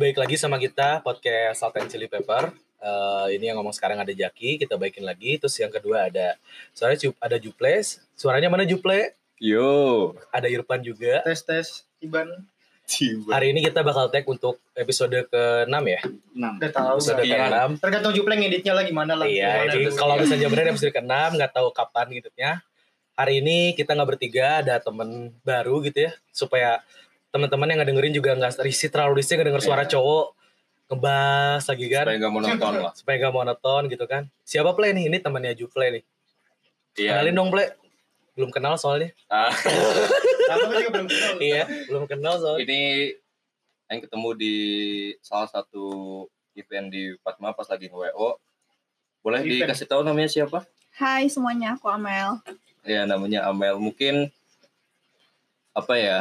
baik Ya, lagi sama kita podcast Salt and Chili Pepper. Eh, ini yang ngomong sekarang ada Jaki, kita baikin lagi. Terus yang kedua ada suara Ju- ada Juple. Suaranya mana Juple? Yo, Ada Irfan juga. tes tes Iban tiba. Hari ini kita bakal tag untuk episode ke-6 ya. udah tahu Episode Iya. ke-6. tergantung jupleng editnya lah gimana lah Iya, Gimana gitu. jadi dulu. kalau misalnya benar episode ke-6 nggak tahu kapan gitunya. Hari ini kita nggak bertiga, ada temen baru gitu ya, supaya teman-teman yang ngedengerin juga nggak risih terlalu risih ngedenger suara Iya. cowok ngebas lagi kan, Supaya nggak monoton lah. supaya nggak monoton gitu kan. Siapa play nih? Ini temannya Juple nih. Kenalin dong play. Belum kenal soalnya. Iya. Ah, Aku juga belum kenal. iya, belum kenal soalnya. ini yang ketemu di salah satu event di Fatma pas lagi nge WO. Boleh Event. dikasih tahu namanya siapa? Hai semuanya, aku Amel. Ya namanya Amel. Mungkin apa ya?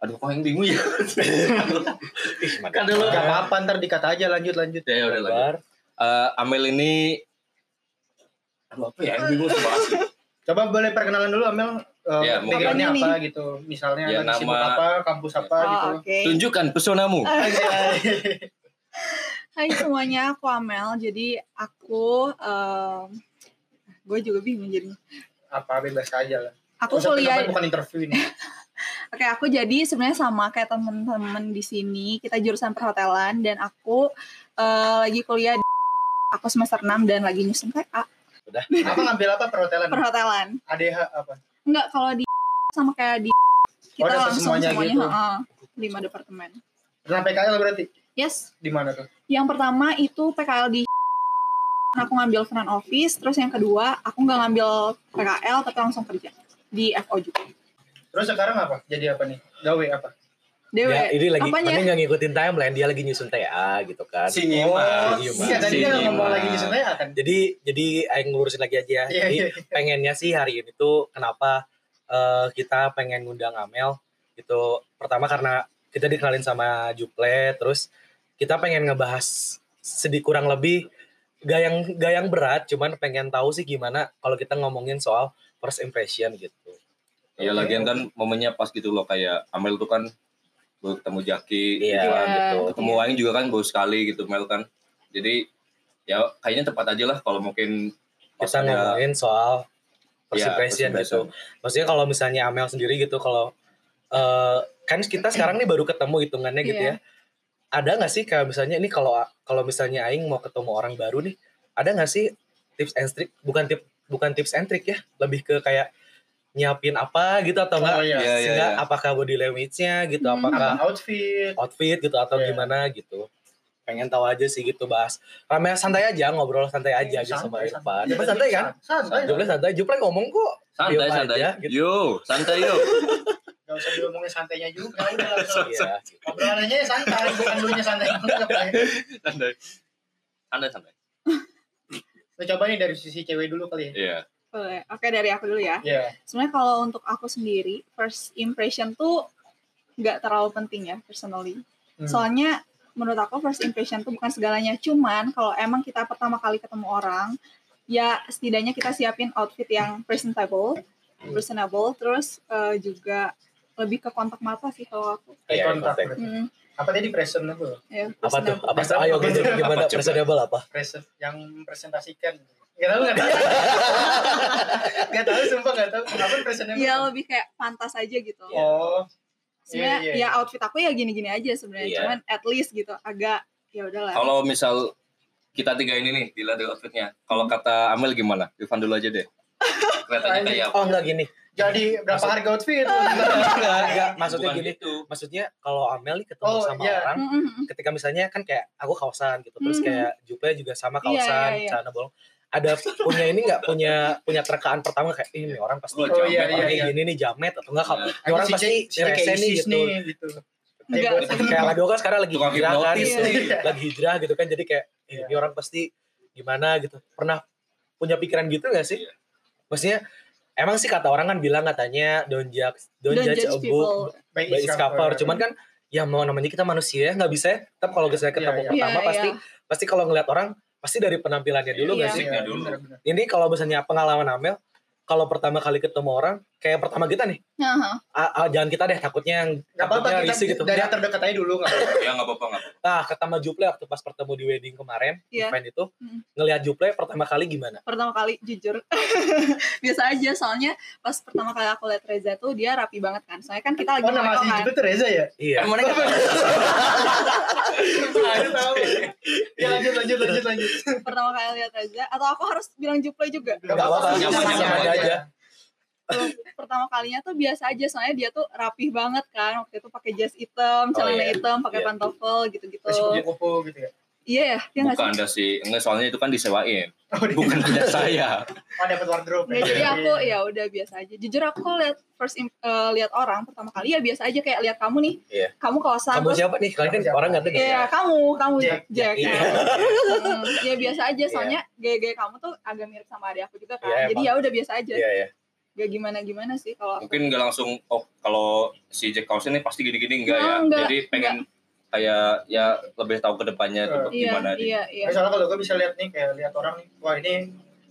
Aduh, kok yang bingung ya? kan dulu gak apa-apa ntar dikata aja lanjut lanjut ya udah lah. Kabar. Eh, Amel ini Aduh, apa ya yang bingung sama asli. coba boleh perkenalan dulu Amel Eh, Iya, mungkin. backgroundnya Apanya apa gitu misalnya Iya, lagi sibuk nama. apa kampus apa Oh, gitu Oke. Tunjukkan pesonamu. Anjay. Hai semuanya, aku Amel. Jadi aku gue juga bingung jadi. apa bebas aja lah Aku Usah kuliah. kenapa bukan interview ini Oke, aku jadi sebenarnya sama kayak temen-temen di sini. Kita jurusan perhotelan dan aku eh, lagi kuliah di aku semester 6 dan lagi nyusun PA apa ngambil apa perhotelan perhotelan. ADH apa Enggak kalau di sama kayak di Oh, kita dapet langsung semuanya semuanya, gitu. heeh, lima departemen. pernah PKL berarti Yes, di mana tuh Yang pertama itu PKL di aku ngambil front office, terus yang kedua aku nggak ngambil PKL tapi langsung kerja di FO juga. terus sekarang apa jadi apa nih gawe apa Iya, Dewe. Ya, ini lagi Apanya? ini nggak ngikutin timeline, dia lagi nyusun TA gitu kan. Si oh Nyimas. Nyimas. iya tadi Si kan ngomong Nyimas. lagi di sana ya kan Jadi jadi aing ngurusin lagi aja ya. Iya, Jadi iya. pengennya sih hari ini tuh kenapa eh, kita pengen ngundang Amel gitu. Pertama karena kita dikenalin sama Juple terus kita pengen ngebahas sedikit kurang lebih gak yang gak yang berat cuman pengen tahu sih gimana kalau kita ngomongin soal first impression gitu. Iya lagian kan momennya pas gitu loh kayak Amel tuh kan baru ketemu Jaki, Iya, gitu kan. gitu. ketemu Aing juga kan baru sekali gitu Mel kan. Jadi ya kayaknya tepat aja lah kalau mungkin pas Kita ada- ngomongin soal first impression Iya, first gitu. impression. Maksudnya kalau misalnya Amel sendiri gitu kalau eh kan kita sekarang nih baru ketemu hitungannya gitu Iya. ya. Ada nggak sih kayak misalnya ini kalau kalau misalnya aing mau ketemu orang baru nih, ada nggak sih tips and trick bukan tip bukan tips and trick ya, lebih ke kayak nyiapin apa gitu atau oh enggak? iya Iya, iya, Sehingga iya. apakah body language-nya gitu, Hmm. apakah apa outfit outfit gitu atau Iya. gimana gitu. Pengen tahu aja sih gitu bahas. Rame santai aja ngobrol santai aja gitu sama Iya, Irfan. Santai, santai. Irfan santai kan? Santai. Juple santai, Juple ngomong kok. Santai Diem santai. aja, gitu. Yo, santai yo. Gak usah diomongin santainya juga. Udah langsung. Iya. Obrolannya ya santai, bukan dulunya santai. Lu santai. Santai santai. coba nih dari sisi cewek dulu kali ya. Iya. Boleh. Oke dari aku dulu ya. Iya. Sebenarnya kalau untuk aku sendiri first impression tuh nggak terlalu penting ya personally. Hmm. Soalnya menurut aku first impression tuh bukan segalanya. Cuman kalau emang kita pertama kali ketemu orang, ya setidaknya kita siapin outfit yang presentable, presentable, terus eh, juga lebih ke kontak mata sih kalau aku. Eye Iya, contact. kontak. Hmm, Apa tadi present apa? ya, Apa tuh? presentable. Apa tuh? Ayo Apa gitu tuh? gimana Apa coba? presentable apa? Present yang presentasikan. Gak tahu kan? Gak tahu sumpah gak tahu. Apa presentnya? Iya, Ya lebih kayak pantas aja gitu. Oh, iya, Sebenarnya iya. ya outfit aku ya gini-gini aja sebenarnya. Iya. Cuman at least gitu agak ya udahlah. Kalau misal kita tiga ini nih dilihat dari outfitnya. Kalau kata Amel gimana? Irfan dulu aja deh. Kelihatannya kayak apa? Oh enggak gini. jadi berapa Maksud- harga outfit? Enggak, enggak. Maksudnya Bukan gini. gitu. Maksudnya kalau Amel nih ketemu Oh, sama iya. orang, Mm, mm, mm. ketika misalnya kan kayak aku kaosan gitu, terus Mhm. kayak Juple juga sama Iya, kaosan, iya, iya. celana bolong. Ada punya ini enggak punya punya terkaan pertama kayak "Ih, ini orang pasti Oh, Oh jamet iya iya pakai iya. gini nih jamet atau enggak kalau Iya. ini orang Si pasti Jay- si Jay rese kayak nih ISIS gitu. nih, gitu. Enggak. Kayak gue- Kayak Lado kan sekarang lagi Tukang hijrah kan. hipnotis Iya. nih. lagi hijrah gitu kan jadi kayak "Ih, ini orang pasti gimana gitu pernah punya pikiran gitu gak sih Iya. maksudnya emang sih kata orang kan bilang katanya don't judge don't, Don't judge, judge a book people. By by its cover cuman kan ya mau namanya kita manusia ya nggak bisa ya tetap kalau misalnya Iya, ketemu iya. pertama Iya, pasti iya. pasti kalau ngelihat orang pasti dari penampilannya dulu Iya. gak sih Basicnya dulu. bener, bener. ini kalau misalnya pengalaman Amel kalau pertama kali ketemu orang kayak pertama kita nih Aha. ah, ah, jangan kita deh takutnya yang Gak apa-apa takutnya kita risih gitu dari Ya, yang terdekat aja dulu nggak apa-apa. ya nggak apa-apa nggak apa-apa nah ketemu Juple waktu pas pertemu di wedding kemarin Iya. event itu Mm. ngelihat Juple pertama kali gimana pertama kali jujur biasa aja soalnya pas pertama kali aku lihat Reza tuh dia rapi banget kan soalnya kan kita lagi Oh nama WO asli kan itu tuh Reza ya? iya Emang mereka- Aduh, tahu. Ya lanjut lanjut lanjut lanjut. pertama kali lihat Reza atau aku harus bilang juple juga Gak apa-apa, nyaman, nyaman aja. Oh. Tuh, pertama kalinya tuh biasa aja soalnya dia tuh rapih banget kan waktu itu pakai jas Oh, hitam celana iya. hitam pakai Iya. pantofel gitu-gitu Masih kupu-kupu gitu ya. iya ya dia nggak bukan sih ada sih enggak soalnya itu kan disewain Oh, di- bukan ada saya Oh, dapat wardrobe. Nggak, Iya. jadi aku Iya. ya udah biasa aja. Jujur aku kalau lihat first im- eh, lihat orang pertama kali ya biasa aja kayak lihat kamu nih. Iya. Kamu kaosan kamu terus siapa nih kalian kan Siapa? orang ganteng Iya, kamu, kamu Jack. Jack. Jack. Iya. Hmm, ya biasa aja soalnya gaya-gaya kamu tuh agak mirip sama adik aku juga kan. Iya, Jadi emang. ya udah biasa aja. iya iya Gak gimana-gimana sih kalau aku. mungkin nggak langsung oh kalau si Jack Carlson ini pasti gini-gini enggak ya Oh, enggak, jadi pengen kayak ya lebih tahu ke depannya tuh Iya, gimana nih. iya, iya. Misalnya kalau gue bisa lihat nih kayak lihat orang nih, wah ini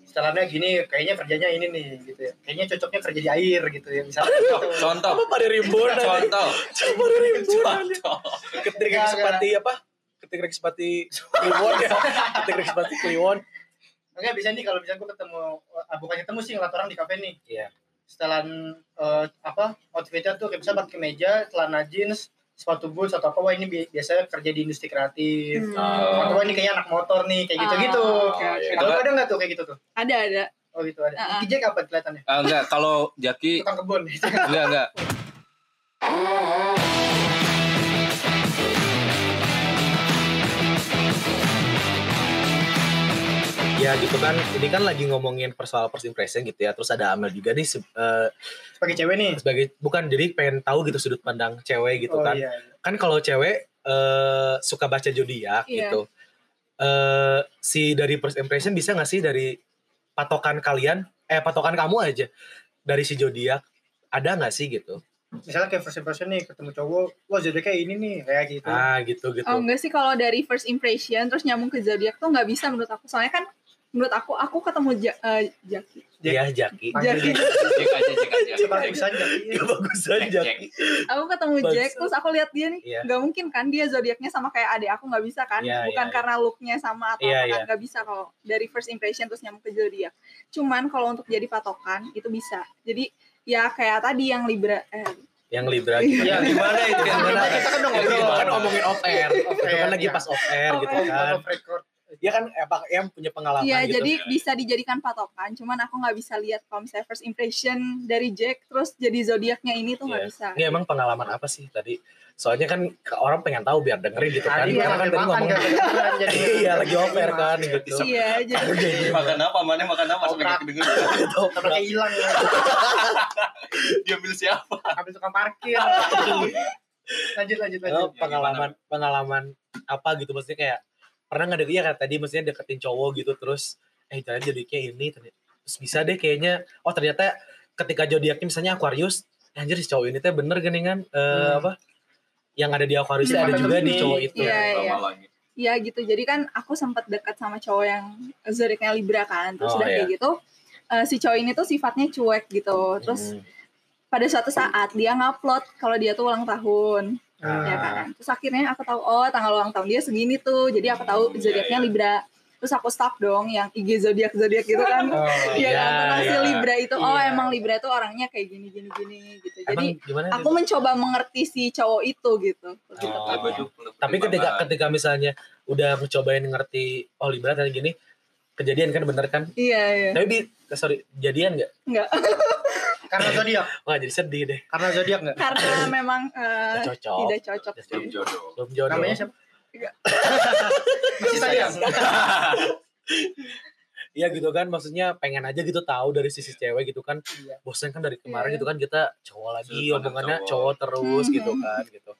setelannya gini, kayaknya kerjanya ini nih gitu ya. Kayaknya cocoknya kerja di air gitu ya misalnya. gitu. contoh apa pada ribuan aja? contoh Coba pada ribuan contoh ketik Enggak, sepati apa ketik rek sepati kliwon ya ketik rek sepati kliwon Makanya bisa nih kalau misalnya gue ketemu, ah, bukan ketemu sih ngeliat orang di kafe nih. Iya. Setelan eh, apa outfitnya tuh kayak bisa pakai meja, celana jeans, sepatu boots atau apa wah ini bi- biasanya kerja di industri gitu? kreatif. Hmm. Ah. Atau wah ini kayaknya anak motor nih kayak gitu-gitu. Iya. Ah, oke, oke. Itu Kalau kan- ada nggak tuh kayak gitu tuh? Ada, ada. Oh gitu ada. Ah, ah. Uh Jack apa kelihatannya? Ah, enggak kalau Jaki Tukang kebun. enggak enggak ya gitu kan ini kan lagi ngomongin persoal first impression gitu ya terus ada Amel juga nih se- eh, Sebagai cewek nih. sebagai bukan jadi pengen tahu gitu sudut pandang cewek gitu Oh, kan iya. kan kalau cewek eh, suka baca zodiak Iya. gitu eh si dari first impression bisa nggak sih dari patokan kalian eh patokan kamu aja dari si zodiak ada nggak sih gitu misalnya kayak first impression nih ketemu cowok wah jadi kayak ini nih kayak gitu ah gitu gitu Oh, enggak sih kalau dari first impression terus nyambung ke zodiak tuh nggak bisa menurut aku. Soalnya kan menurut aku aku ketemu ja, eh, Jaki. dia jaki Panggil Jaki. dia. Jack aja Jack aja Coba bisa jadi Gak Jack, bagusan Jack. jaki Aku ketemu Bagus. Jack terus aku lihat dia nih. Iya. Nggak mungkin kan dia zodiaknya sama kayak adik aku nggak bisa kan? Iya, Bukan iya, karena looknya sama atau Iya, apa kan iya. nggak bisa kalau dari first impression terus nyambung ke zodiak. Cuman kalau untuk jadi patokan itu bisa. Jadi ya kayak tadi yang Libra eh yang libra gitu Iya, ya gimana itu Yang gimana? kita kan udah Itu ngobrol kan ngomongin off air Off itu kan air, lagi iya. pas off air Off gitu air. kan Off record dia kan emang em punya pengalaman Iya, gitu jadi bisa dijadikan patokan. Cuman aku nggak bisa lihat kalau misalnya first impression dari Jack terus jadi zodiaknya ini tuh nggak Iya. bisa. ini emang pengalaman apa sih tadi soalnya kan ke- orang pengen tahu biar dengerin gitu kan tadi karena kan makan tadi makan ngomong kan kebetulan jadi iya lagi off air kan gitu Iya, jadi makan apa mana makan apa sampai nggak kedengeran Iya, tapi kayak hilang ya. diambil siapa ambil tukang parkir lanjut lanjut Eh, lanjut pengalaman pengalaman apa gitu maksudnya kayak pernah nggak deket ya kayak tadi maksudnya deketin cowok gitu terus eh ternyata jadinya ini ternyata- terus bisa deh kayaknya oh ternyata ketika zodiaknya misalnya Aquarius "Eh, anjir si cowok ini teh bener gini kan eh, Hmm. apa yang ada di Aquarius ada Jembatan juga di ini. cowok itu Hmm. Iya, iya. Lama lagi. Iya gitu. Jadi kan aku sempat dekat sama cowok yang zodiaknya Libra kan. Oh, Terus udah kayak gitu eh, si cowok ini tuh sifatnya cuek gitu. Terus Hmm. pada suatu saat dia ngupload kalau dia tuh ulang tahun, ya Ah. Ah. kan. Terus akhirnya aku tahu oh tanggal ulang tahun dia segini tuh. Jadi aku tahu Hmm, iya, zodiaknya iya. Libra. Terus aku stalk dong yang IG zodiak zodiak gitu kan. Oh, Iya iya, kan tentang si iya. Libra itu. Oh Iya. emang Libra tuh orangnya kayak gini gini gini gitu. Emang Jadi gimana aku mencoba mengerti si cowok itu gitu. Gitu. Oh. Lebih tuh, lebih tapi mana. ketika ketika misalnya udah mencobain ngerti oh Libra tadi gini kejadian kan bener kan Iya iya. tapi Bi, sorry jadian nggak karena zodiak wah jadi sedih deh karena zodiak nggak Karena memang eh, Nggak cocok tidak cocok Tidak sih. Belum jodoh belum jodoh namanya siapa Enggak. masih sayang Iya gitu kan, maksudnya pengen aja gitu tahu dari sisi cewek gitu kan. Iya. Bosan kan dari kemarin Iya. gitu kan kita cowok lagi, Sudut pandang omongannya cowok. cowok terus Hmm. Mhm. gitu kan gitu.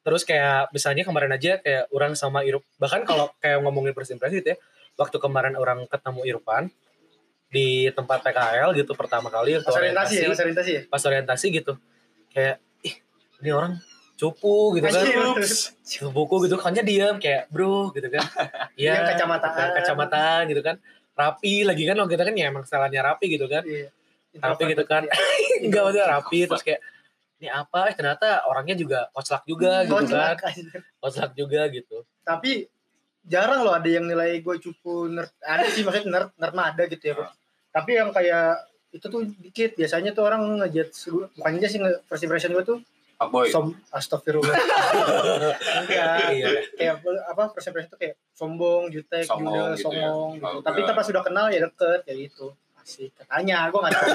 Terus kayak misalnya kemarin aja kayak orang sama Irup, bahkan kalau kayak ngomongin first impression gitu ya, waktu kemarin orang ketemu Irfan di tempat PKL gitu pertama kali waktu Mas orientasi ya mas orientasi ya pas orientasi gitu kayak ih ini orang cupu gitu kan Anjir. cupu buku gitu hanya diam kayak bro gitu kan Diam iya kacamataan. gitu kan, kacamataan gitu kan rapi lagi kan kalau kita kan ya emang salahnya rapi gitu kan Iya. rapi gitu kan nggak maksudnya rapi terus kayak ini apa eh ternyata orangnya juga koclak juga gitu kan Kocak aja. koclak juga gitu tapi jarang loh ada yang nilai gue cupu nerd ada sih maksudnya nerd nerd mah ada gitu ya Bro. tapi yang kayak itu tuh dikit biasanya tuh orang ngejat bukan aja sih nge- first impression gue tuh Fuckboy. som astagfirullah enggak iya kayak apa- apa first impression tuh kayak sombong jutek Songong judel gitu ya. songong gitu. Oh, tapi enggak. kita pas udah kenal ya deket kayak gitu masih katanya gue nggak tahu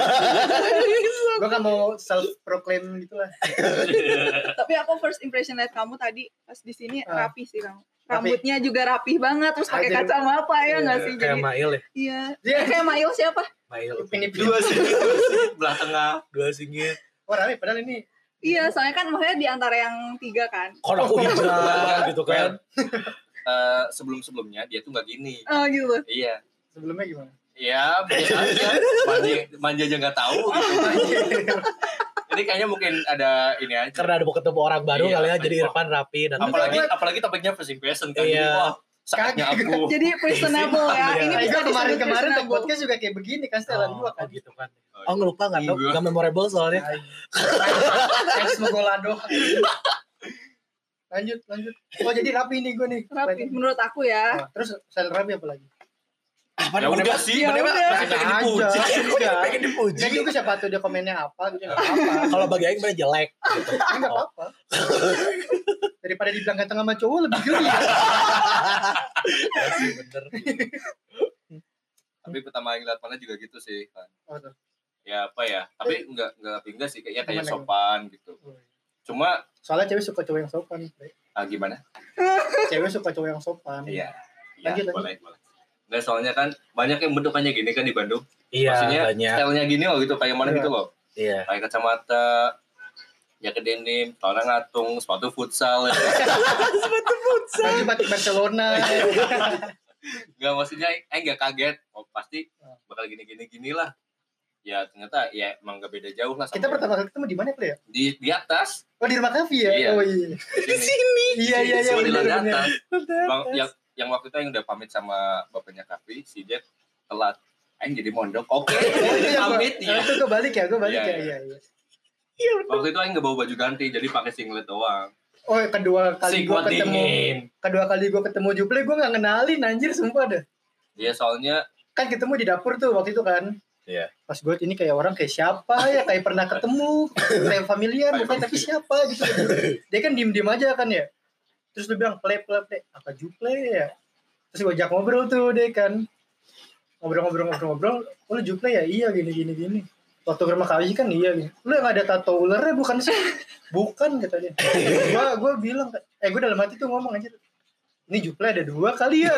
gue kan mau self proclaim gitu lah Tapi aku first impression lihat kamu tadi pas di sini Ah. rapi sih kamu. Rapi. Rambutnya juga rapih banget terus Ah, pakai jadi- kacamata ya nggak Iya, sih? kayak Jadi Mail ya iya. Iya. Eh, kayak Mail siapa? Mail ini Dua sih. dua sih. Belah tengah. dua singgit wah Oh, rame padahal ini Iya, soalnya kan maksudnya di antara yang tiga kan. kalau aku hijrah gitu kan Eh, sebelum-sebelumnya dia tuh nggak gini. Oh gitu. Iya. sebelumnya gimana Iya, biasa aja. Manja, manja aja nggak tahu gitu. Jadi kayaknya mungkin ada ini aja. karena ada mau ketemu orang baru Iya, kali ya baik. jadi Irfan rapi dan apalagi apalagi topiknya first impression kan. Jadi, Iya. wah, saatnya Oh, aku. Jadi personable ya. Oh, Iya. Nah, Ini Nah, gue bisa kemarin disebut kemarin tag personable. podcast juga kayak begini kan setelan oh, gua oh kan. gitu kan oh nggak lupa nggak Iya. nggak memorable soalnya Ya Kayak semoga lah doang. Lanjut lanjut. Oh jadi rapi nih gue nih. Rapi menurut aku Oh, ya. Nah, terus selain rapi apa lagi? apa Ya udah sih, Ya bener-bener. udah. Masih pengen dipuji. Udah. pengen dipuji Jadi gue siapa tuh dia komennya apa gitu. Enggak kalau bagi Aing mana jelek apa-apa. Enggak apa-apa. Daripada dibilang ganteng sama cowok lebih geli. ya. Iya sih, bener Tapi pertama kali lihat Panda juga gitu sih. Van. Oh, tuh. Ya apa ya? Tapi nggak nggak pinggir sih kayaknya kayak Gimana, sopan gitu. Cuma Soalnya cewek suka cowok yang sopan. Bre. ah, gimana? Cewek suka cowok yang sopan. Iya. Lanjut, Iya, lanjut. boleh, boleh. Nggak, soalnya kan banyak yang bentukannya gini kan di Bandung. iya Maksudnya banyak stylenya gini loh gitu, kayak mana Ya, Iya. gitu loh. iya Pakai kacamata, jaket denim, celana ngatung, sepatu futsal. ya. Baju batik Barcelona. Nggak maksudnya, eh nggak kaget. Oh, pasti bakal gini-gini ginilah. Ya ternyata ya emang nggak beda jauh lah. sama Kita yang pertama kali ketemu di mana, Ple? ya? di di atas. Oh, di rumah kafe ya? Iya. Oh iya. Di sini. Iya iya iya Cuma di lantai benar benar. atas. Bang, yang yang waktu itu yang udah pamit sama bapaknya Kavi, si Jack telat. Aing jadi mondok. Oke, Oh, itu yang gua- pamit oh, ya. Itu gue balik ya, gue balik Iya, ya. iya. Iya, iya. Waktu itu Aing nggak bawa baju ganti, jadi pakai singlet doang. Oh, kedua kali gue Singlet ketemu, dingin. kedua kali gue ketemu Juple, gue nggak kenalin anjir sumpah deh. Iya, soalnya Kan ketemu di dapur tuh waktu itu kan. Iya. Pas gue ini kayak orang kayak siapa ya, kayak pernah ketemu, kayak familiar, Kayak bukan tapi siapa gitu. Dia kan diem diem aja kan ya. Terus lu bilang play play play, apa Juple ya? Terus gue ajak ngobrol tuh deh kan. Ngobrol-ngobrol-ngobrol-ngobrol, oh lu Juple ya? Iya gini-gini gini. Waktu ke rumah kawi kan iya gini. Lu yang ada tato ulernya bukan sih? bukan kata dia gua gua bilang eh gua dalam hati tuh ngomong aja ini juple ada dua kali ya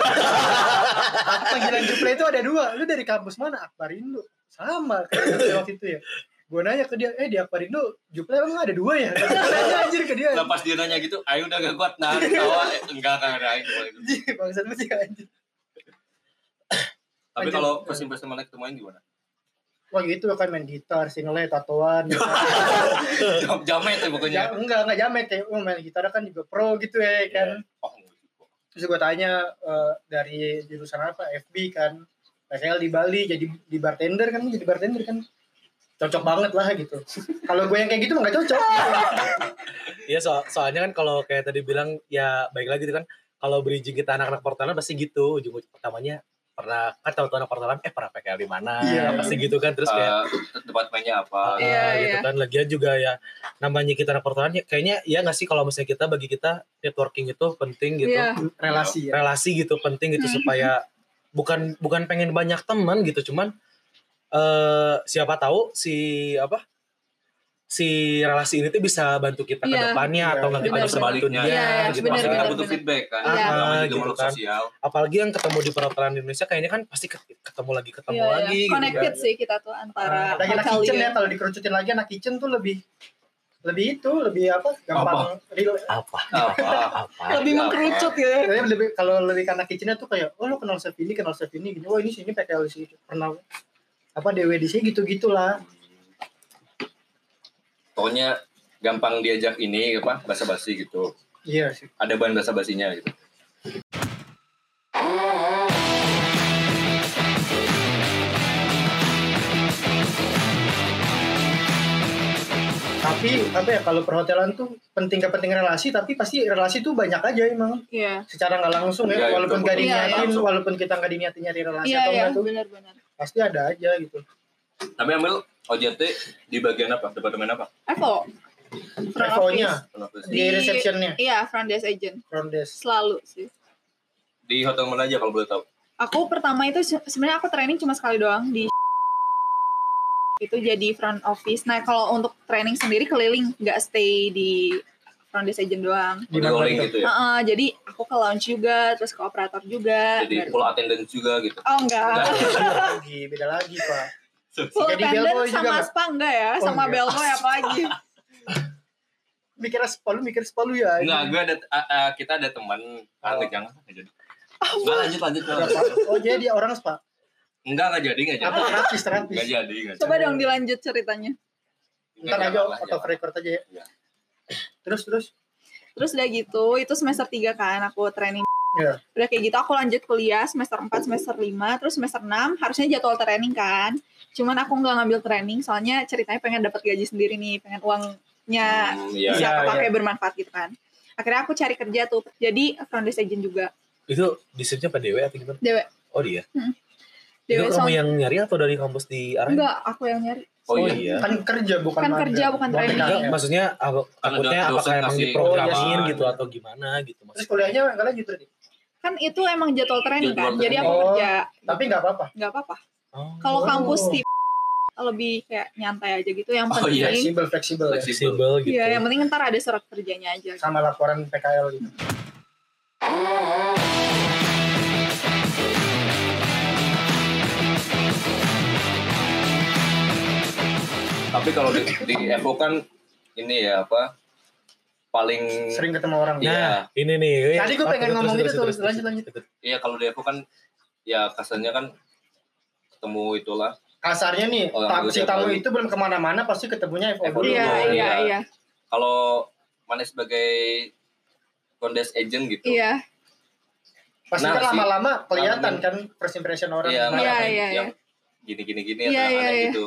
Aku panggilan juple itu ada dua lu dari kampus mana akbar indo sama kayak waktu itu ya gua nanya ke dia eh di akbar indo juple emang ada dua ya nanya anjir ke dia lepas dia nanya gitu, Aing udah gak kuat nahan tawa. Eh, Enggak kan ada Aing cuma itu. Anjir, bangsat banget sih anjir Tapi Lanjut. kalau first impression mana ketemu Aing gimana? wah gitu kan main gitar single tatoan Jam jamet ya pokoknya. Ja- enggak enggak jamet ya oh, main gitar kan juga pro gitu ya kan Oh, terus gue tanya eh, dari jurusan apa FB kan PKL di Bali jadi di bartender kan jadi bartender kan cocok banget lah gitu kalau gue yang kayak gitu mah nggak cocok Iya so- soalnya kan kalau kayak tadi bilang ya baik lagi itu kan kalau bridging kita anak-anak portalan pasti gitu ujung pertamanya pernah kan tahu anak portalan eh pernah PKL di mana Iya. pasti gitu kan terus kayak eh, tempat mainnya ah, apa? Iya, gitu iya. kan lagian juga ya namanya kita anak portalan ya kayaknya ya nggak sih kalau misalnya kita bagi kita networking itu penting gitu Iya. relasi ya relasi gitu penting gitu Hmm. supaya bukan bukan pengen banyak teman gitu cuman eh siapa tahu si apa si relasi ini tuh bisa bantu kita ke Iya. depannya Iya, atau nggak iya. Atau sebaliknya. dia Iya, iya, gitu bener, Pasti kita bener, butuh bener. feedback kan. Iya. Namanya Gitu juga makhluk kan. sosial. apalagi yang ketemu di perhotelan di Indonesia kayaknya kan pasti ket- ketemu lagi ketemu Iya, iya. lagi gitu Connected kan. sih kita tuh antara lagi anak hotel kitchen ya. ya kalau dikerucutin lagi anak kitchen tuh lebih lebih itu lebih apa gampang real apa Nah, Apa? apa Lebih Iya, mengkerucut gitu. ya. Jadi lebih kalau lebih ke anak kitchennya tuh kayak oh lu kenal chef ini kenal chef ini gini oh ini sini PKL di sini pernah apa DWDC gitu gitulah Pokoknya gampang diajak ini apa bahasa basi gitu. iya sih Ada bahan bahasa basinya gitu. tapi apa ya kalau perhotelan tuh penting kepentingan relasi tapi pasti relasi tuh banyak aja emang Iya. secara nggak langsung ya, Iya, iya, walaupun nggak betul. Iya, diniatin langsung. walaupun kita nggak diniatin nyari relasi Iya, atau iya, enggak tuh benar-benar. pasti ada aja gitu Tapi Amel OJT di bagian apa? Departemen apa? Evo. Front office. Evo-nya Kenapa sih? di Di- receptionnya Iya, front desk agent. front desk Selalu sih. Di hotel mana aja kalau boleh tahu? Aku pertama itu se- sebenarnya aku training cuma sekali doang di itu jadi front office. Nah, kalau untuk training sendiri keliling, nggak stay di front desk agent doang. Di mana rolling itu? gitu ya. Heeh, jadi aku ke lounge juga, terus ke operator juga. Jadi baru- full attendance juga gitu. Oh enggak. beda lagi beda lagi pak Full Jadi bellboy juga attendant sama Nah, nggak? spa enggak ya? Oh, sama enggak. bellboy apa lagi? mikir spa lu mikir spa lu ya Enggak, gue ada a- a- kita ada teman ah, Oh. nggak, jangan nggak jadi. Enggak lanjut lanjut Nggak lanjut. apa. oh jadi dia orang spa Enggak enggak jadi enggak apa jadi. terapis terapis Enggak jadi enggak jadi. Coba dong dilanjut ceritanya. ntar Iya, Nggak, aja jangan, out of jangan. record aja ya Iya. terus terus Terus udah gitu, itu semester 3 kan aku training. Iya. Udah kayak gitu aku lanjut kuliah semester 4, semester 5, terus semester 6 harusnya jadwal training kan. Cuman aku nggak ngambil training soalnya ceritanya pengen dapat gaji sendiri nih, pengen uangnya Hmm, Iya. bisa Iya, aku iya. pakai bermanfaat gitu kan. Akhirnya aku cari kerja tuh. Jadi front desk agent juga. Itu disebutnya apa Dewe atau gimana? Dewe. Oh dia. itu kamu Dewe soalnya yang nyari atau dari kampus di arah? enggak aku yang nyari. Oh iya. kan kerja bukan Kan kerja, magang. bukan Bukan training. magang ya. maksudnya apa, takutnya dosen apakah emang kasih diprogramin pengalaman. gitu atau gimana gitu terus maksudnya. kuliahnya nggak lanjut tadi Kan itu emang jadwal training Jadwal kan. Jadi training. aku Oh. kerja. tapi nggak apa-apa Nggak apa-apa. Oh. Kalau Oh. kampus tipe lebih kayak nyantai aja gitu. Yang Oh, penting iya. fleksibel fleksibel ya. fleksibel gitu. Iya, yang penting ntar ada surat kerjanya aja. sama laporan PKL gitu Tapi kalau di, di Evo kan ini ya apa paling sering ketemu orang Iya. Nah, ini nih. eh, Tadi gua apa, pengen terus, ngomong terus, itu terus, tuh, terus, lanjut, lanjut. terus, terus. Iya kalau di Evo kan ya kesannya kan ketemu itulah kasarnya nih Orang tamu Oh, dulu si siapa tamu lagi? itu belum kemana-mana pasti ketemunya Evo Evo dulu Iya, Iya, iya, iya. kalau mana sebagai kondes agent gitu. Iya, pasti Nah, kan sih. lama-lama kelihatan Lama-lama. kan first impression orang Nah, Iya, gimana. Iya, ngalamin iya, yang gini gini gini Iya, aneh-aneh iya, iya. gitu.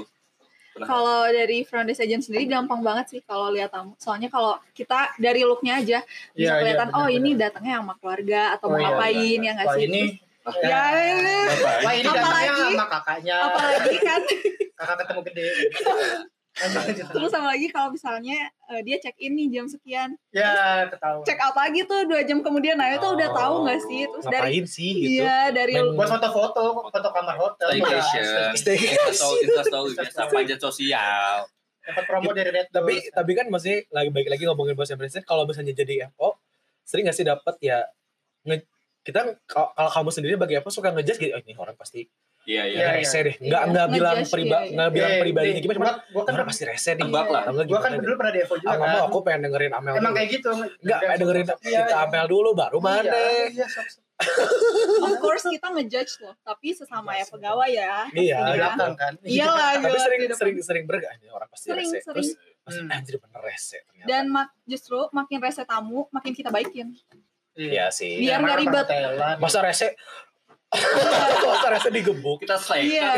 Pernah kalau dari front desk agent sendiri gampang banget sih kalau lihat tamu. Soalnya kalau kita dari looknya aja bisa kelihatan, benar, oh benar. ini datangnya sama keluarga atau Oh, mau iya, ngapain iya, iya. ya nggak wah sih? ini Terus, Iya, ya, Apa? wah ini datangnya Apalagi- sama kakaknya apalagi kan kakak ketemu gede Lanjut, lanjut. terus sama lagi kalau misalnya eh, dia check in nih jam sekian, ya ketahuan check out lagi tuh dua jam kemudian, nah Oh, itu udah tahu nggak sih? Terus dari Ngapain sih gitu? iya dari Main buat foto-foto foto kamar hotel Staycation. Ya, Staycation. Instastory, instastory biasa pajak sosial. dapat promo dari Red tapi Doors. tapi kan masih lagi baik lagi ngomongin bahasa Indonesia kalau misalnya jadi FO sering gak sih dapat ya nge- kita kalau kalau kamu sendiri bagi FO suka ngejudge gitu oh, ini orang pasti Iya iya. Iya, rese deh nggak Iya, nggak bilang ngejudge, priba iya, iya. nggak bilang Eh, pribadinya eh, gimana cuma gua- gua kan orang pasti rese nih Tebak lah. Atau nggak gua kan gimana dulu pernah di Evo deh. Ah, juga nggak mau kan aku pengen dengerin Amel emang dulu kayak gitu nggak pengen dengerin kita Amel dulu baru mana iya, sok- sok. of course kita ngejudge loh, tapi sesama ya pegawai ya. iya di Iya. gitu. belakang kan Iyalah, tapi gila, sering di depan. sering sering bergah ini orang pasti Sering, rese sering. terus pasti Hmm. anjir bener rese ternyata dan mak justru makin rese tamu makin kita baikin iya sih Biar nggak ribet. Mas masa rese masa rese digebuk Kita slay. iya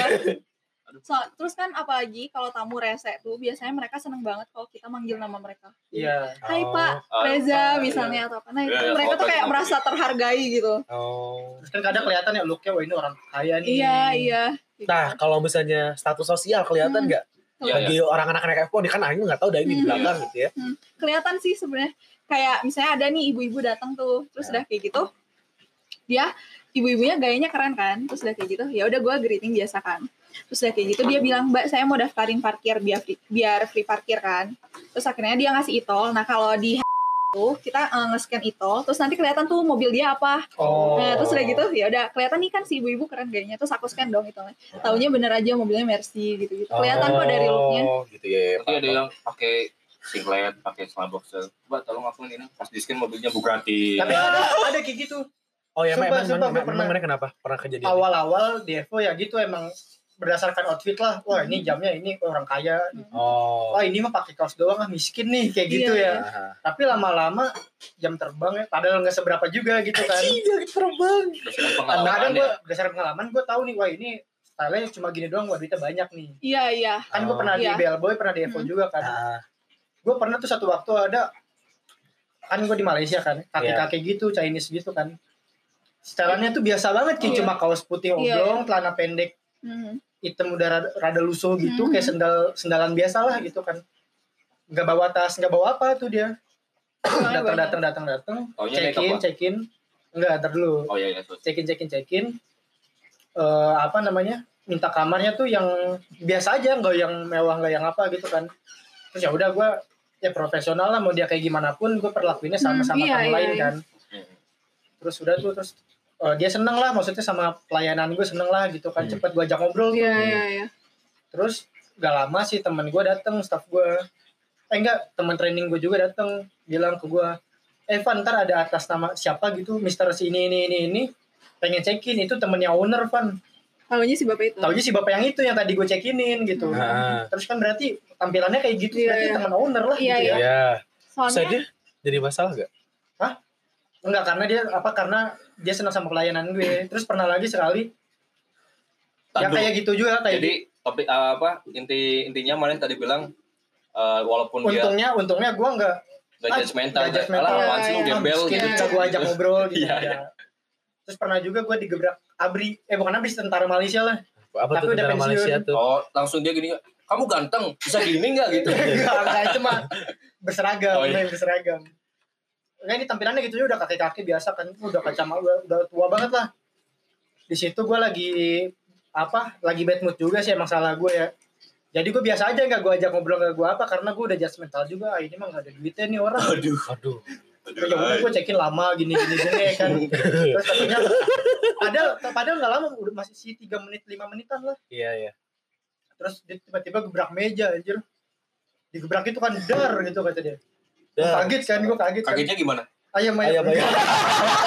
so, terus kan apalagi kalau tamu rese tuh biasanya mereka seneng banget kalau kita manggil nama mereka iya Hai Oh, Pak Oh, Reza Pak, misalnya atau apa nah itu Iya, iya, mereka tuh sopan kayak tapi. merasa terhargai gitu oh Terus kan kadang kelihatan ya looknya wah ini orang kaya nih Hmm. iya iya gitu. Nah, kalau misalnya status sosial kelihatan Hmm. nggak? Iya iya. Bagi orang anak-anak F1 kan aing nggak tahu dari di Hmm. belakang gitu ya. kelihatan sih sebenarnya kayak misalnya ada nih ibu-ibu datang tuh terus Ya. udah kayak gitu dia ibu-ibunya gayanya keren kan terus udah kayak gitu ya udah gue greeting biasa kan terus udah kayak gitu dia bilang mbak saya mau daftarin parkir biar free, biar free parkir kan terus akhirnya dia ngasih itol nah kalau di tuh kita eh, nge-scan itol terus nanti kelihatan tuh mobil dia apa oh nah terus udah gitu ya udah kelihatan nih kan si ibu-ibu keren gayanya terus aku scan dong itolnya taunya bener aja mobilnya Mercy gitu gitu kelihatan kok dari looknya Oh, gitu ya. ya, Tapi ada Pak. yang Iya, pakai singlet, pakai celana boxer. Coba tolong akuin ini pas di scan mobilnya Bugatti. tapi ada ada kayak gitu Oh ya, Sumpah, memang sumpah, memang pernah. memang mana kenapa? Pernah kejadian. awal-awal di Evo ya gitu emang berdasarkan outfit lah wah ini Iya. jamnya ini orang kaya Oh. wah ini mah pakai kaos doang ah miskin nih kayak gitu Iya. ya tapi lama-lama jam terbang ya padahal nggak seberapa juga gitu kan Iya. jangan terbang. Terus ada kadang pengalaman gue ya. berdasarkan pengalaman gue tahu nih wah ini stylenya cuma gini doang wah duitnya banyak nih iya iya kan gue Oh. pernah di Iya. bellboy pernah di Evo Hmm. juga kan Ah, gue pernah tuh satu waktu ada kan gue di Malaysia kan kakek Iya. kakek gitu Chinese gitu kan setelannya tuh biasa banget Ki Iya. cuma kaos putih Iya, oblong celana pendek Hmm. hitam udah rada, rada lusuh gitu Mhm. kayak sendal sendalan biasa lah gitu kan nggak bawa tas nggak bawa apa tuh dia datang Soalnya banyak. datang datang datang Taunya check makeup in lah. check in nggak ntar dulu Oh iya iya sos. check in check in check in Eh, apa namanya minta kamarnya tuh yang biasa aja nggak yang mewah nggak yang apa gitu kan terus ya udah gue ya profesional lah mau dia kayak gimana pun gue perlakuinnya sama sama Hmm, iya, temen iya, lain iya. kan Hmm. terus udah tuh terus eh, dia seneng lah maksudnya sama pelayanan gue seneng lah gitu kan Hmm. cepet gue ajak ngobrol Iya, tuh. iya, iya. terus gak lama sih temen gue dateng staff gue eh enggak temen training gue juga dateng bilang ke gue Evan ntar ada atas nama siapa gitu Mister si ini ini ini ini pengen check in itu temennya owner Van Tahunya si bapak itu. taunya si bapak yang itu yang tadi gue check inin gitu Nah, terus kan berarti tampilannya kayak gitu Iya, berarti iya. temen owner lah Iya, gitu ya iya. iya. Terus Soalnya dia jadi masalah gak? enggak ya. karena dia apa karena dia senang sama pelayanan gue terus pernah lagi sekali ya Tadu. kayak gitu juga kayak Jadi topik eh, apa inti intinya malah tadi bilang eh, walaupun dia untungnya untungnya gue enggak gak Ah, judgmental, nggak gak judgmental. Alah, apaan sih lu Iya, iya. gembel miskin gitu. iya. bisa gue ajak ngobrol gitu Iya, ya. terus pernah juga gue digebrak abri eh bukan abri tentara Malaysia lah Apa Tapi tuh udah tentara pensiun. Malaysia tuh? Oh, langsung dia gini, kamu ganteng, bisa gini gak gitu? enggak enggak itu mah berseragam Oh, iya. main berseragam Nah, ini tampilannya gitu udah kakek kakek biasa kan udah kacamata udah, udah tua banget lah di situ gue lagi apa lagi bad mood juga sih emang salah gue ya jadi gue biasa aja nggak gue ajak ngobrol nggak gue apa karena gue udah judgmental juga ah, ini mah nggak ada duitnya nih orang Aduh. Aduh. ya udah gue cekin lama gini gini gini kan terus akhirnya padahal padahal nggak lama udah masih sih tiga menit lima menitan lah Iya, iya. terus dia tiba-tiba gebrak meja anjir digebrak itu kan dar gitu kata dia Gua Dah. kaget kan gue kaget kan Kagetnya gimana? ayam Ayam, ayam ayam.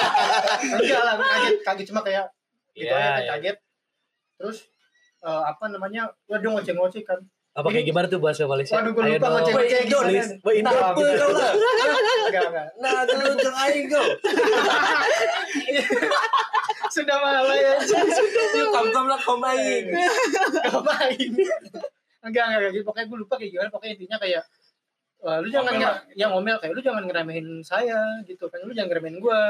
enggak lah gua kaget kaget cuma kayak gitu Iya, aja kan, iya. kaget terus eh, apa namanya udah dia ngoceh-ngoceh kan Apa kayak gimana tuh bahasa Malaysia? waduh gue Ayo lupa dong. ngoceh-ngoceh Please, gimana please. Wah, Indo. Nah, gitu. Betul lah. enggak enggak Nah, dulu jeng aing go. sudah malah ya Yuk, kam kam lah kam aing. ngapain enggak enggak enggak gitu pokoknya gue lupa kayak gimana pokoknya intinya kayak eh, lu jangan Ngomel ngera- yang ngomel kayak lu jangan ngeremehin saya gitu kan lu jangan ngeremehin gue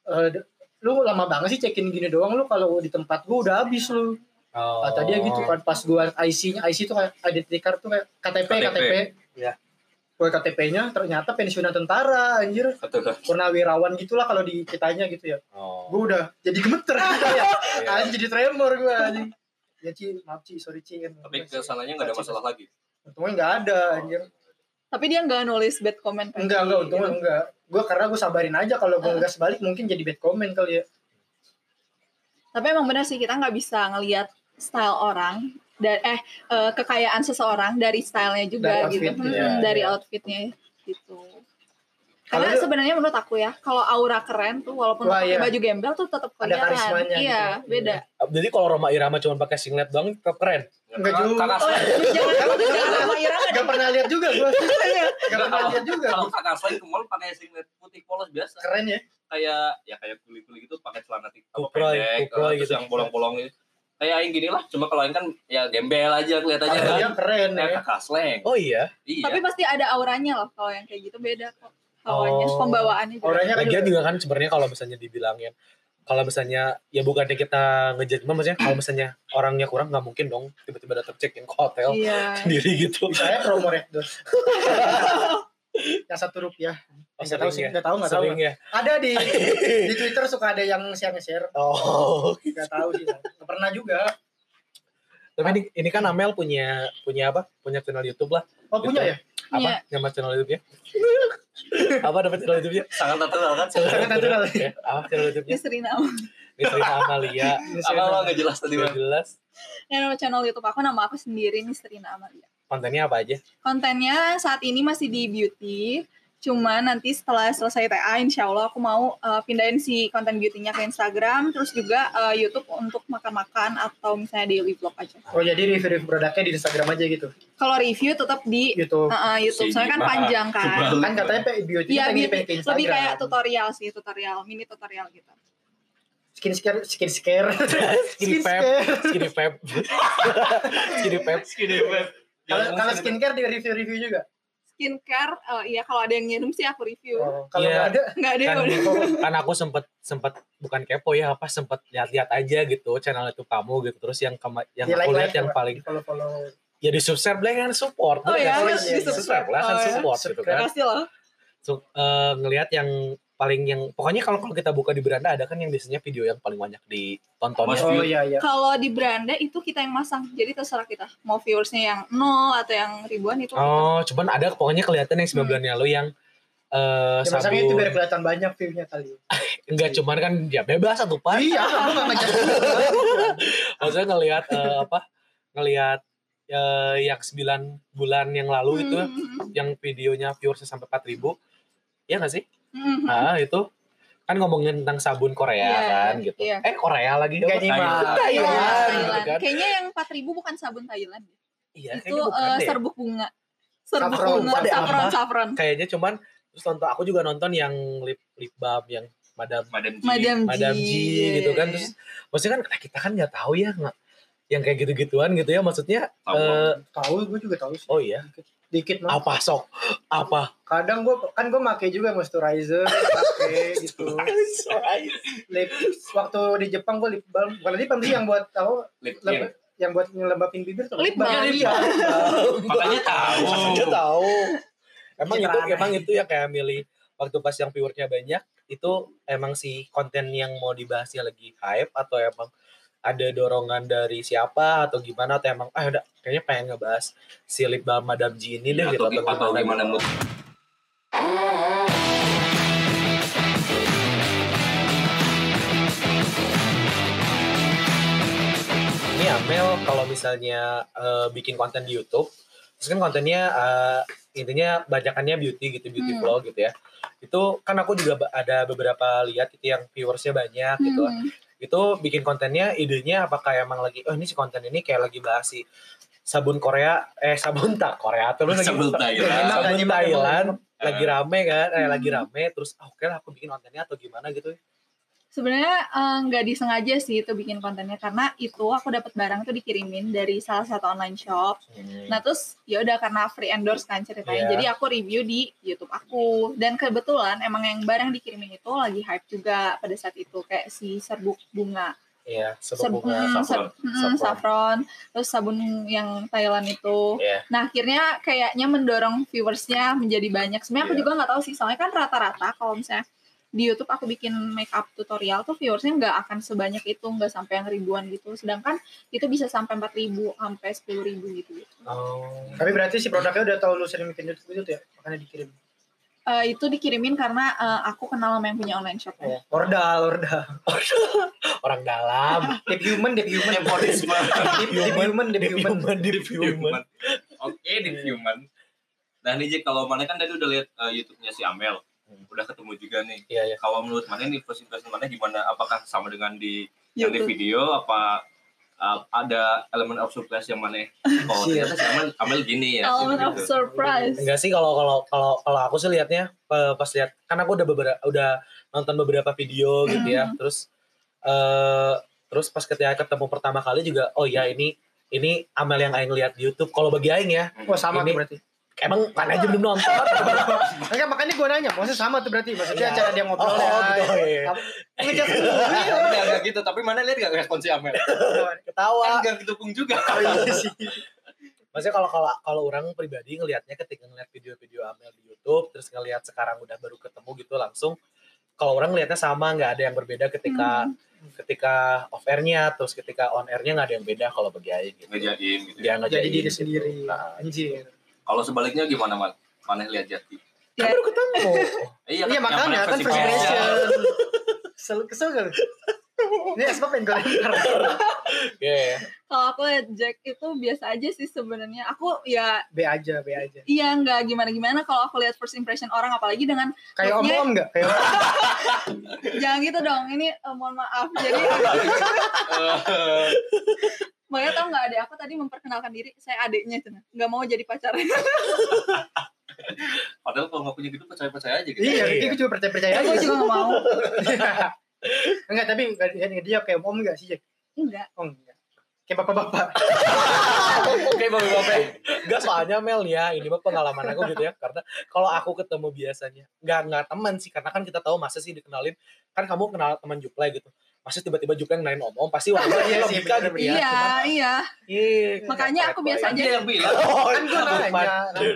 Eh, d- lu lama banget sih check-in gini doang lu kalau di tempat gue udah habis lu Oh. kata dia gitu kan pas gue IC nya IC tuh kayak identity card tuh kayak KTP KTP. KTP, Iya. gue KTP-nya ternyata pensiunan tentara anjir Betul lah. purnawirawan gitulah kalau di kitanya gitu ya Oh. gue udah jadi gemeter gitu ya Iya. Anjing jadi tremor gue anjing. Ya Ci, maaf Ci, sorry Ci. Tapi kesananya nggak ada masalah lagi. Untungnya nggak ada anjir. tapi dia nggak nulis bad comment. kan? Enggak, enggak, untungnya Gitu. enggak. Gue karena gue sabarin aja kalau gue nggak sebalik mungkin jadi bad comment kali ya. Tapi emang benar sih kita nggak bisa ngelihat style orang dan eh eh, kekayaan seseorang dari stylenya juga Dari gitu, outfit, Hmm, iya, dari iya. outfitnya gitu. Karena Kalau- sebenarnya menurut aku ya, kalau aura keren tuh walaupun Wah, pakai iya. baju gembel tuh tetap Ada kelihatan. karismanya Iya, gitu. beda. Jadi kalau Roma Irama cuma pakai singlet doang tetap keren. Nggak Kakak- juga. Kakak Oh, saya. jangan Kalau- jangan sama Ira kan? Gak pernah lihat juga gue. Gak pernah Kalau- lihat juga. Kalau gua. kakak saya ke mall pakai singlet putih polos biasa. Keren ya. Kayak ya kayak kuli-kuli gitu pakai celana tik- apa, Kuproy, pendek, kuproy terus gitu. yang bolong-bolong gitu. Kayak aing gini lah, cuma kalau aing kan ya gembel aja kelihatannya kan. Iya keren Ya, ya. kakak sleng. Oh iya. Iya. Tapi pasti ada auranya loh kalau yang kayak gitu beda kok. Hawanya, Oh. pembawaannya juga. Auranya kan Lagian juga kan sebenarnya kalau misalnya dibilangin kalau misalnya ya bukannya kita ngejat maksudnya kalau misalnya orangnya kurang nggak mungkin dong tiba-tiba datang check in ke hotel Iya. sendiri gitu. Bisa ya promo Red Door. Yang satu rupiah. Oh, Nggak tahu sering sih, ya. nggak tahu, nggak tahu. Sering ya. Ada di di Twitter suka ada yang share-share. Oh. Gak tahu sih. Gak pernah juga. Tapi ini, ini kan Amel punya punya apa? Punya channel YouTube lah. Oh punya Gitu. ya? Iya. Apa? Nama channel YouTube-nya? apa nama channel YouTube-nya? sangat natural kan. Sangat natural. Ya, apa channel YouTube-nya? Ini sering Ini cerita Amalia. Apa lo nggak jelas tadi Udah bang? jelas. Ya, nama channel YouTube aku nama aku sendiri Misterina Amalia. Kontennya apa aja? Kontennya saat ini masih di beauty, cuman nanti setelah selesai TA insya Allah aku mau eh, pindahin si konten beauty-nya ke Instagram, terus juga eh, YouTube untuk makan-makan atau misalnya daily vlog aja. Oh jadi review-review produknya di Instagram aja gitu. Kalau review tetap di Gitu. eh, eh, YouTube, Si soalnya kan Jima. panjang kan. kan katanya pe- beauty Iya, pengen beauty. dipakai Instagram. lebih kayak tutorial sih, tutorial, mini tutorial gitu. skin care skin care Skinny Pep. Skinny Pep. Skinny Pep. Skinny web. Kalau kalau skin care di review-review juga. skincare eh, ya kalau ada yang ngirim sih aku review Oh, kalau Iya. nggak ada nggak ada yang kan, udah kan aku sempet sempet bukan kepo ya apa sempet lihat-lihat aja gitu channel itu kamu gitu terus yang kema- yang di aku like-like lihat yang coba. paling Di follow-follow ya di subscribe lah kan support Oh bener ya, nggak harus sih? di-subscribe. subscribe lah kan Oh ya. support gitu kan kasih loh So, eh, ngelihat yang paling yang pokoknya kalau kalau kita buka di beranda ada kan yang biasanya video yang paling banyak ditontonnya Mas oh View. iya Ya. iya kalau di beranda itu kita yang masang jadi terserah kita mau viewersnya yang nol atau yang ribuan itu oh cuman ada pokoknya kelihatan yang 9 bulan yang lalu yang eh ya, sabun masangnya itu biar kelihatan banyak view-nya kali enggak cuman kan ya bebas satu pak iya aku nggak ngajak Iya, maksudnya ngelihat eh, apa ngelihat eh, yang 9 bulan yang lalu itu ya? Hmm. yang videonya viewersnya sampai 4000 ya nggak sih Hmm. ah itu kan ngomongin tentang sabun Korea Iya, kan gitu iya. eh Korea lagi Nggak apa? nyimak. Thailand, Iya, Thailand. gitu kan. Kayaknya yang 4000 bukan sabun Thailand. iya itu kayaknya bukan eh, deh. serbuk bunga. Serbuk Saffron, bunga, apa deh, saffron, apa? saffron. kayaknya cuman terus nonton aku juga nonton yang lip lip balm yang madam Madam G. Madam G. iya, madam G gitu kan terus maksudnya kan nah, kita kan nggak tahu ya nggak yang kayak gitu-gituan gitu ya maksudnya Tahu. eh, tahu gue juga tahu sih oh iya dikit mah apa sok apa kadang gue kan gue pakai juga moisturizer pakai gitu lip waktu di Jepang gue lip balm bukan lip balm sih yang buat tahu Lip Iya. lem- tint. yang buat ngelembapin bibir tuh Lip balm. iya Makanya tahu. Makanya tahu emang Citra itu aneh. emang itu ya kayak milih waktu pas yang viewernya banyak itu emang si konten yang mau dibahasnya lagi hype atau emang ada dorongan dari siapa atau gimana atau emang ah udah kayaknya pengen ngebahas si lip balm Madam G ini deh gitu Atau atau gimana mood. ini Amel kalau misalnya eh, bikin konten di YouTube terus kan kontennya eh, intinya bajakannya beauty gitu beauty Hmm. vlog gitu ya itu kan aku juga ba- ada beberapa lihat gitu yang viewersnya banyak gitu Mhm. itu bikin kontennya idenya apakah emang lagi oh ini si konten ini kayak lagi bahas si sabun Korea eh sabun tak Korea terus lagi Iya, Sebelum Enak, sabun enak, Thailand enak. lagi rame kan eh Hmm. lagi rame terus ah, oke lah aku bikin kontennya atau gimana gitu Sebenarnya eh, nggak disengaja sih itu bikin kontennya karena itu aku dapat barang tuh dikirimin dari salah satu online shop. Nah terus ya udah karena free endorse kan Iya. ceritanya. Jadi aku review di YouTube aku dan kebetulan emang yang barang dikirimin itu lagi hype juga pada saat itu kayak si serbuk bunga, ya sebelum Serb- bunga mm, sabun. sab- mm, saffron. saffron, terus sabun yang Thailand itu. Iya. Nah akhirnya kayaknya mendorong viewersnya menjadi banyak. Sebenarnya aku Iya. juga nggak tahu sih soalnya kan rata-rata kalau misalnya di YouTube aku bikin makeup tutorial tuh viewersnya nggak akan sebanyak itu, nggak sampai yang ribuan gitu. Sedangkan itu bisa sampai 4000 sampai 10000 gitu. Oh. tapi berarti si produknya udah tahu lu sering bikin YouTube itu tuh ya makanya dikirim Eh, itu dikirimin karena eh, aku kenal sama yang punya online shop. Iya. oh, ordal ordal orang dalam deep human deep human yang Nepotisme. deep, deep human deep human deep Iya, Human. Oke, di human. Nah, nih Jack, kalau mana kan tadi udah lihat eh, YouTube-nya si Amel. Hmm. Udah ketemu juga nih. iya ya Kalau menurut mana nih investasi mana gimana? Apakah sama dengan di Ya, yang di YouTube. video apa uh, ada elemen of surprise yang mana? Oh, Iya. ternyata si Amel, Amel gini ya. sih, Element of gitu. surprise. enggak sih kalau kalau kalau kalau aku sih liatnya eh, pas lihat kan aku udah beberapa udah nonton beberapa video gitu ya terus eh terus pas ketika ketemu pertama kali juga oh ya ini ini Amel yang Aing lihat di YouTube kalau bagi Aing ya Wah Oh, Hmm. sama Ini- tuh berarti. emang mana aja belum nonton Makanya makanya gue nanya, maksudnya sama tuh berarti. Maksudnya Iya. cara dia ngobrol Oh, ya. gitu, oh, iya. Apa- Ngejat Iya, Enggak, enggak gitu, tapi mana lihat enggak respon si Amel? Kan ketawa enggak didukung juga. Oh, iya. maksudnya kalau kalau kalau orang pribadi ngelihatnya ketika ngelihat video-video Amel di YouTube terus ngelihat sekarang udah baru ketemu gitu langsung kalau orang ngelihatnya sama nggak ada yang berbeda ketika Hmm. ketika off airnya terus ketika on airnya nggak ada yang beda kalau bagi Aing gitu. Ngejaim gitu. Dia nggak Jadi jadi diri gitu. sendiri. Nah, Iya, Anjir. Kalau sebaliknya gimana, Man? Mana lihat jati? kan baru ketemu. kan, Iya yang makanya mana kan first versi impression. Korea. Kesel, kesel gak lu? Ini esma pengen gue lempar. Iya. ya. Kalau aku lihat Jack itu biasa aja sih sebenarnya. Aku ya B aja, B aja. iya nggak gimana-gimana kalau aku lihat first impression orang apalagi dengan Kayak om Maksudnya- om nggak? Kayak om. jangan gitu dong. Ini eh, mohon maaf. Jadi Eh, makanya tau nggak ada aku tadi memperkenalkan diri saya adiknya cina nggak mau jadi pacarnya Padahal kalau nggak punya gitu percaya-percaya aja gitu. Iya, Iya. gue juga percaya percaya aja. aku juga nggak mau Enggak, tapi nggak- dia kayak om nggak sih Jack? enggak Om nggak. kayak bapak-bapak Oke, bapak-bapak. Enggak soalnya Mel ya, ini mah pengalaman aku gitu ya. Karena kalau aku ketemu biasanya, enggak enggak teman sih. Karena kan kita tahu masa sih dikenalin, kan kamu kenal teman Juple gitu. Masa tiba-tiba Juple kenalin om-om, pasti wah Iya iya sih, logika bener, gitu Iya, ya. iya Cuman, iya ih, Makanya aku biasa kayak aja. Kan Dia yang bilang. Oh, kan gue nanya Lupa. nanya. Iya,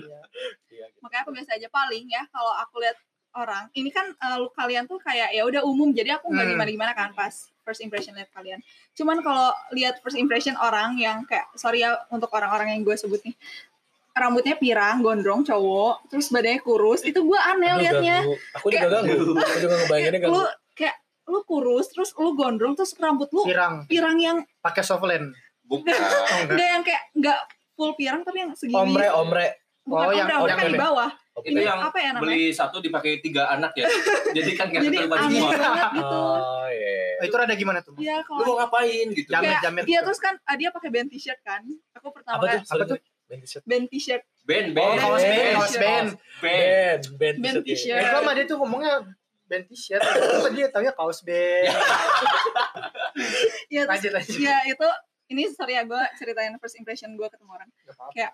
gitu. makanya aku biasa aja paling ya kalau aku lihat orang ini kan eh, lu kalian tuh kayak ya udah umum jadi aku nggak Hmm. gimana gimana kan pas first impression lihat kalian cuman kalau lihat first impression orang yang kayak sorry ya untuk orang-orang yang gue sebut nih rambutnya pirang gondrong cowok terus badannya kurus itu gue aneh Aduh, liatnya ganggu. Aku juga Kayak- ganggu. Aku juga ngebayanginnya lu ganggu. kayak lu kurus terus lu gondrong terus rambut lu pirang pirang yang pakai softland Bukan. oh enggak enggak yang kayak nggak full pirang tapi yang segini Omre, omre. bukan Oh, ombre, yang- oh, ombre yang yang ini. di bawah Itu yang apa ya namanya beli satu dipakai tiga anak ya. Jadi kan nggak jadi satu baju aneh semua. banget gitu Oh, iya. itu rada gimana tuh Iya Lu kalau mau ngapain gitu? Jamet, kayak jamet dia gitu. terus kan ah, dia pakai band t-shirt kan. Aku pertama Apa tuh? kan Sorry, Apa tuh? sorry. Band t-shirt. band t-shirt, Ben, Oh, Ben, kaos band, Iya, kaos band. Ben. Band, band Band t-shirt. t-shirt. Eh, gua sama dia tuh ngomongnya band t-shirt. Gua dia taunya kaos band. Iya terus Lanjut lanjut. ya itu ini sorry ya gue ceritain first impression gue ketemu orang. Gak apa-apa.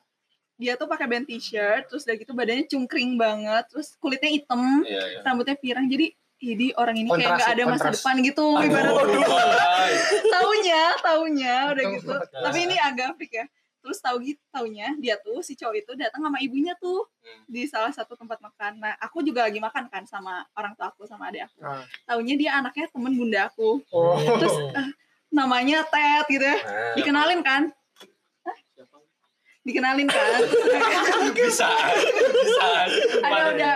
Dia tuh pakai band t-shirt, terus udah gitu badannya cungkring banget, terus kulitnya hitam, Iya, iya. rambutnya pirang. Jadi jadi orang ini kayak Kontras, nggak ada masa kontras. depan gitu ibarat Aduh, Bye. taunya taunya udah Untung gitu banget. tapi ini agak freak ya terus tahu gitu taunya dia tuh si cowok itu datang sama ibunya tuh Hmm. di salah satu tempat makan nah aku juga lagi makan kan sama orang tua aku sama adik aku Ah. taunya dia anaknya temen bunda aku Oh. Terus, eh. namanya Ted gitu Nah, ya dikenalin kan Hah? dikenalin kan Terus kayak, Bisa. Bisa. ada udah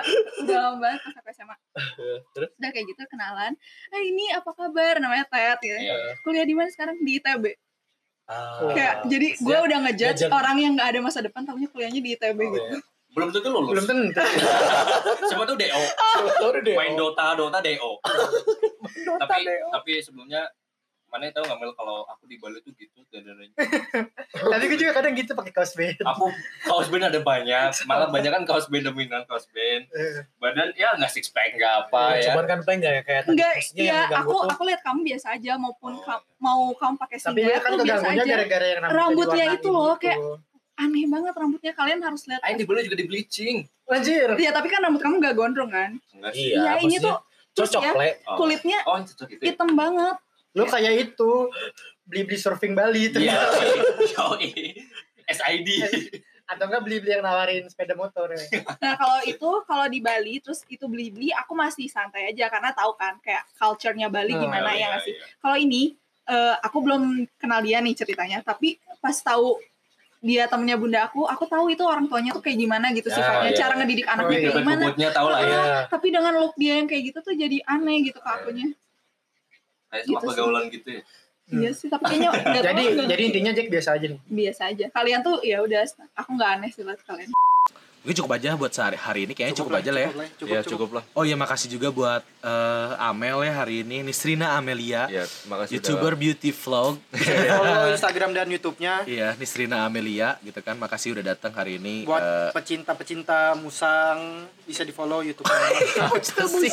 udah banget pas aku SMA terus? udah kayak gitu kenalan eh ini apa kabar namanya Ted gitu Iya. kuliah di mana sekarang di ITB eh. Ah. kayak jadi gue udah ngejudge Ngejudge. orang yang nggak ada masa depan tahunya kuliahnya di ITB Oh, iya. gitu Belum tentu lulus. Belum tentu. Siapa tuh DO? Sorry deh. Main Om. Dota, Dota DO. Dota tapi deh, om. tapi sebelumnya mana tahu nggak Mel kalau aku di Bali tuh gitu dandanannya. Tapi gue juga kadang gitu pakai kaos band. Aku kaos band ada banyak, malah banyak kan kaos band dominan kaos band. Eh, Iya, Badan ya nggak six pack nggak apa Iya, ya. Cuman kan pengen ya kayak tadi. enggak Maksudnya yang ya ngeganggu aku tuh- aku lihat kamu biasa aja maupun Oh, ka- iya. mau kamu pakai Tapi singlet dia kan tuh biasa keganggunya aja gara-gara yang rambutnya, Rambutnya diwarnain itu loh, gitu. kayak- aneh banget rambutnya kalian harus lihat Aing di Bali juga di bleaching. Anjir. Iya, tapi kan rambut kamu gak gondrong kan? Enggak sih. Iya, Iya, maksudnya ini tuh terus cocok ya, le. Oh. kulitnya Oh, yang cocok gitu. ya? hitam banget. Lu kayak itu beli-beli surfing Bali Iya. ternyata. Yoi. SID. Atau enggak beli-beli yang nawarin sepeda motor ya. Nah, kalau itu kalau di Bali terus itu beli-beli aku masih santai aja karena tahu kan kayak culture-nya Bali Hmm. gimana Iya, ya nggak iya, sih? iya. Kalau ini eh, aku belum kenal dia nih ceritanya, tapi pas tahu dia temennya bunda aku, aku tahu itu orang tuanya tuh kayak gimana gitu Ya, sifatnya, iya. cara ngedidik anaknya Oh, iya. kayak Dapat gimana. Ah, bobotnya tau lah ya. Iya. Tapi dengan look dia yang kayak gitu tuh jadi aneh gitu ke akunya. Kayak sama Gitu sih. pergaulan gitu ya. Hmm. Iya sih, tapi kayaknya nggak tahu, Jadi nggak- jadi intinya Jack biasa aja nih. biasa aja. Kalian tuh ya udah, aku nggak aneh sih buat kalian. Mungkin cukup aja buat sehari hari ini Eh, kayaknya cukup, aja lah ya. Cukup, Ya, cukup lah. Oh iya makasih juga buat eh, Amel ya hari ini Nisrina Amelia. Ya, makasih YouTuber beauty vlog. follow Instagram dan YouTube-nya Iya, Nisrina Amelia gitu kan. Makasih udah datang hari ini. buat Eh, pecinta-pecinta musang bisa di follow YouTube-nya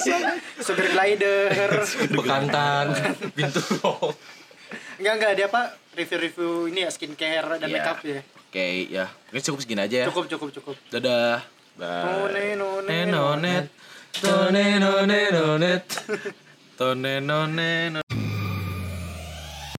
Sugar Glider bekantan, pintu. Oke, enggak enggak dia apa review-review ini ya skincare dan Iya. makeup ya ya. Mungkin cukup segini aja ya. cukup cukup cukup Dadah. Eh, None, none, none. Nenonet. Tonenonet. Tonenonet.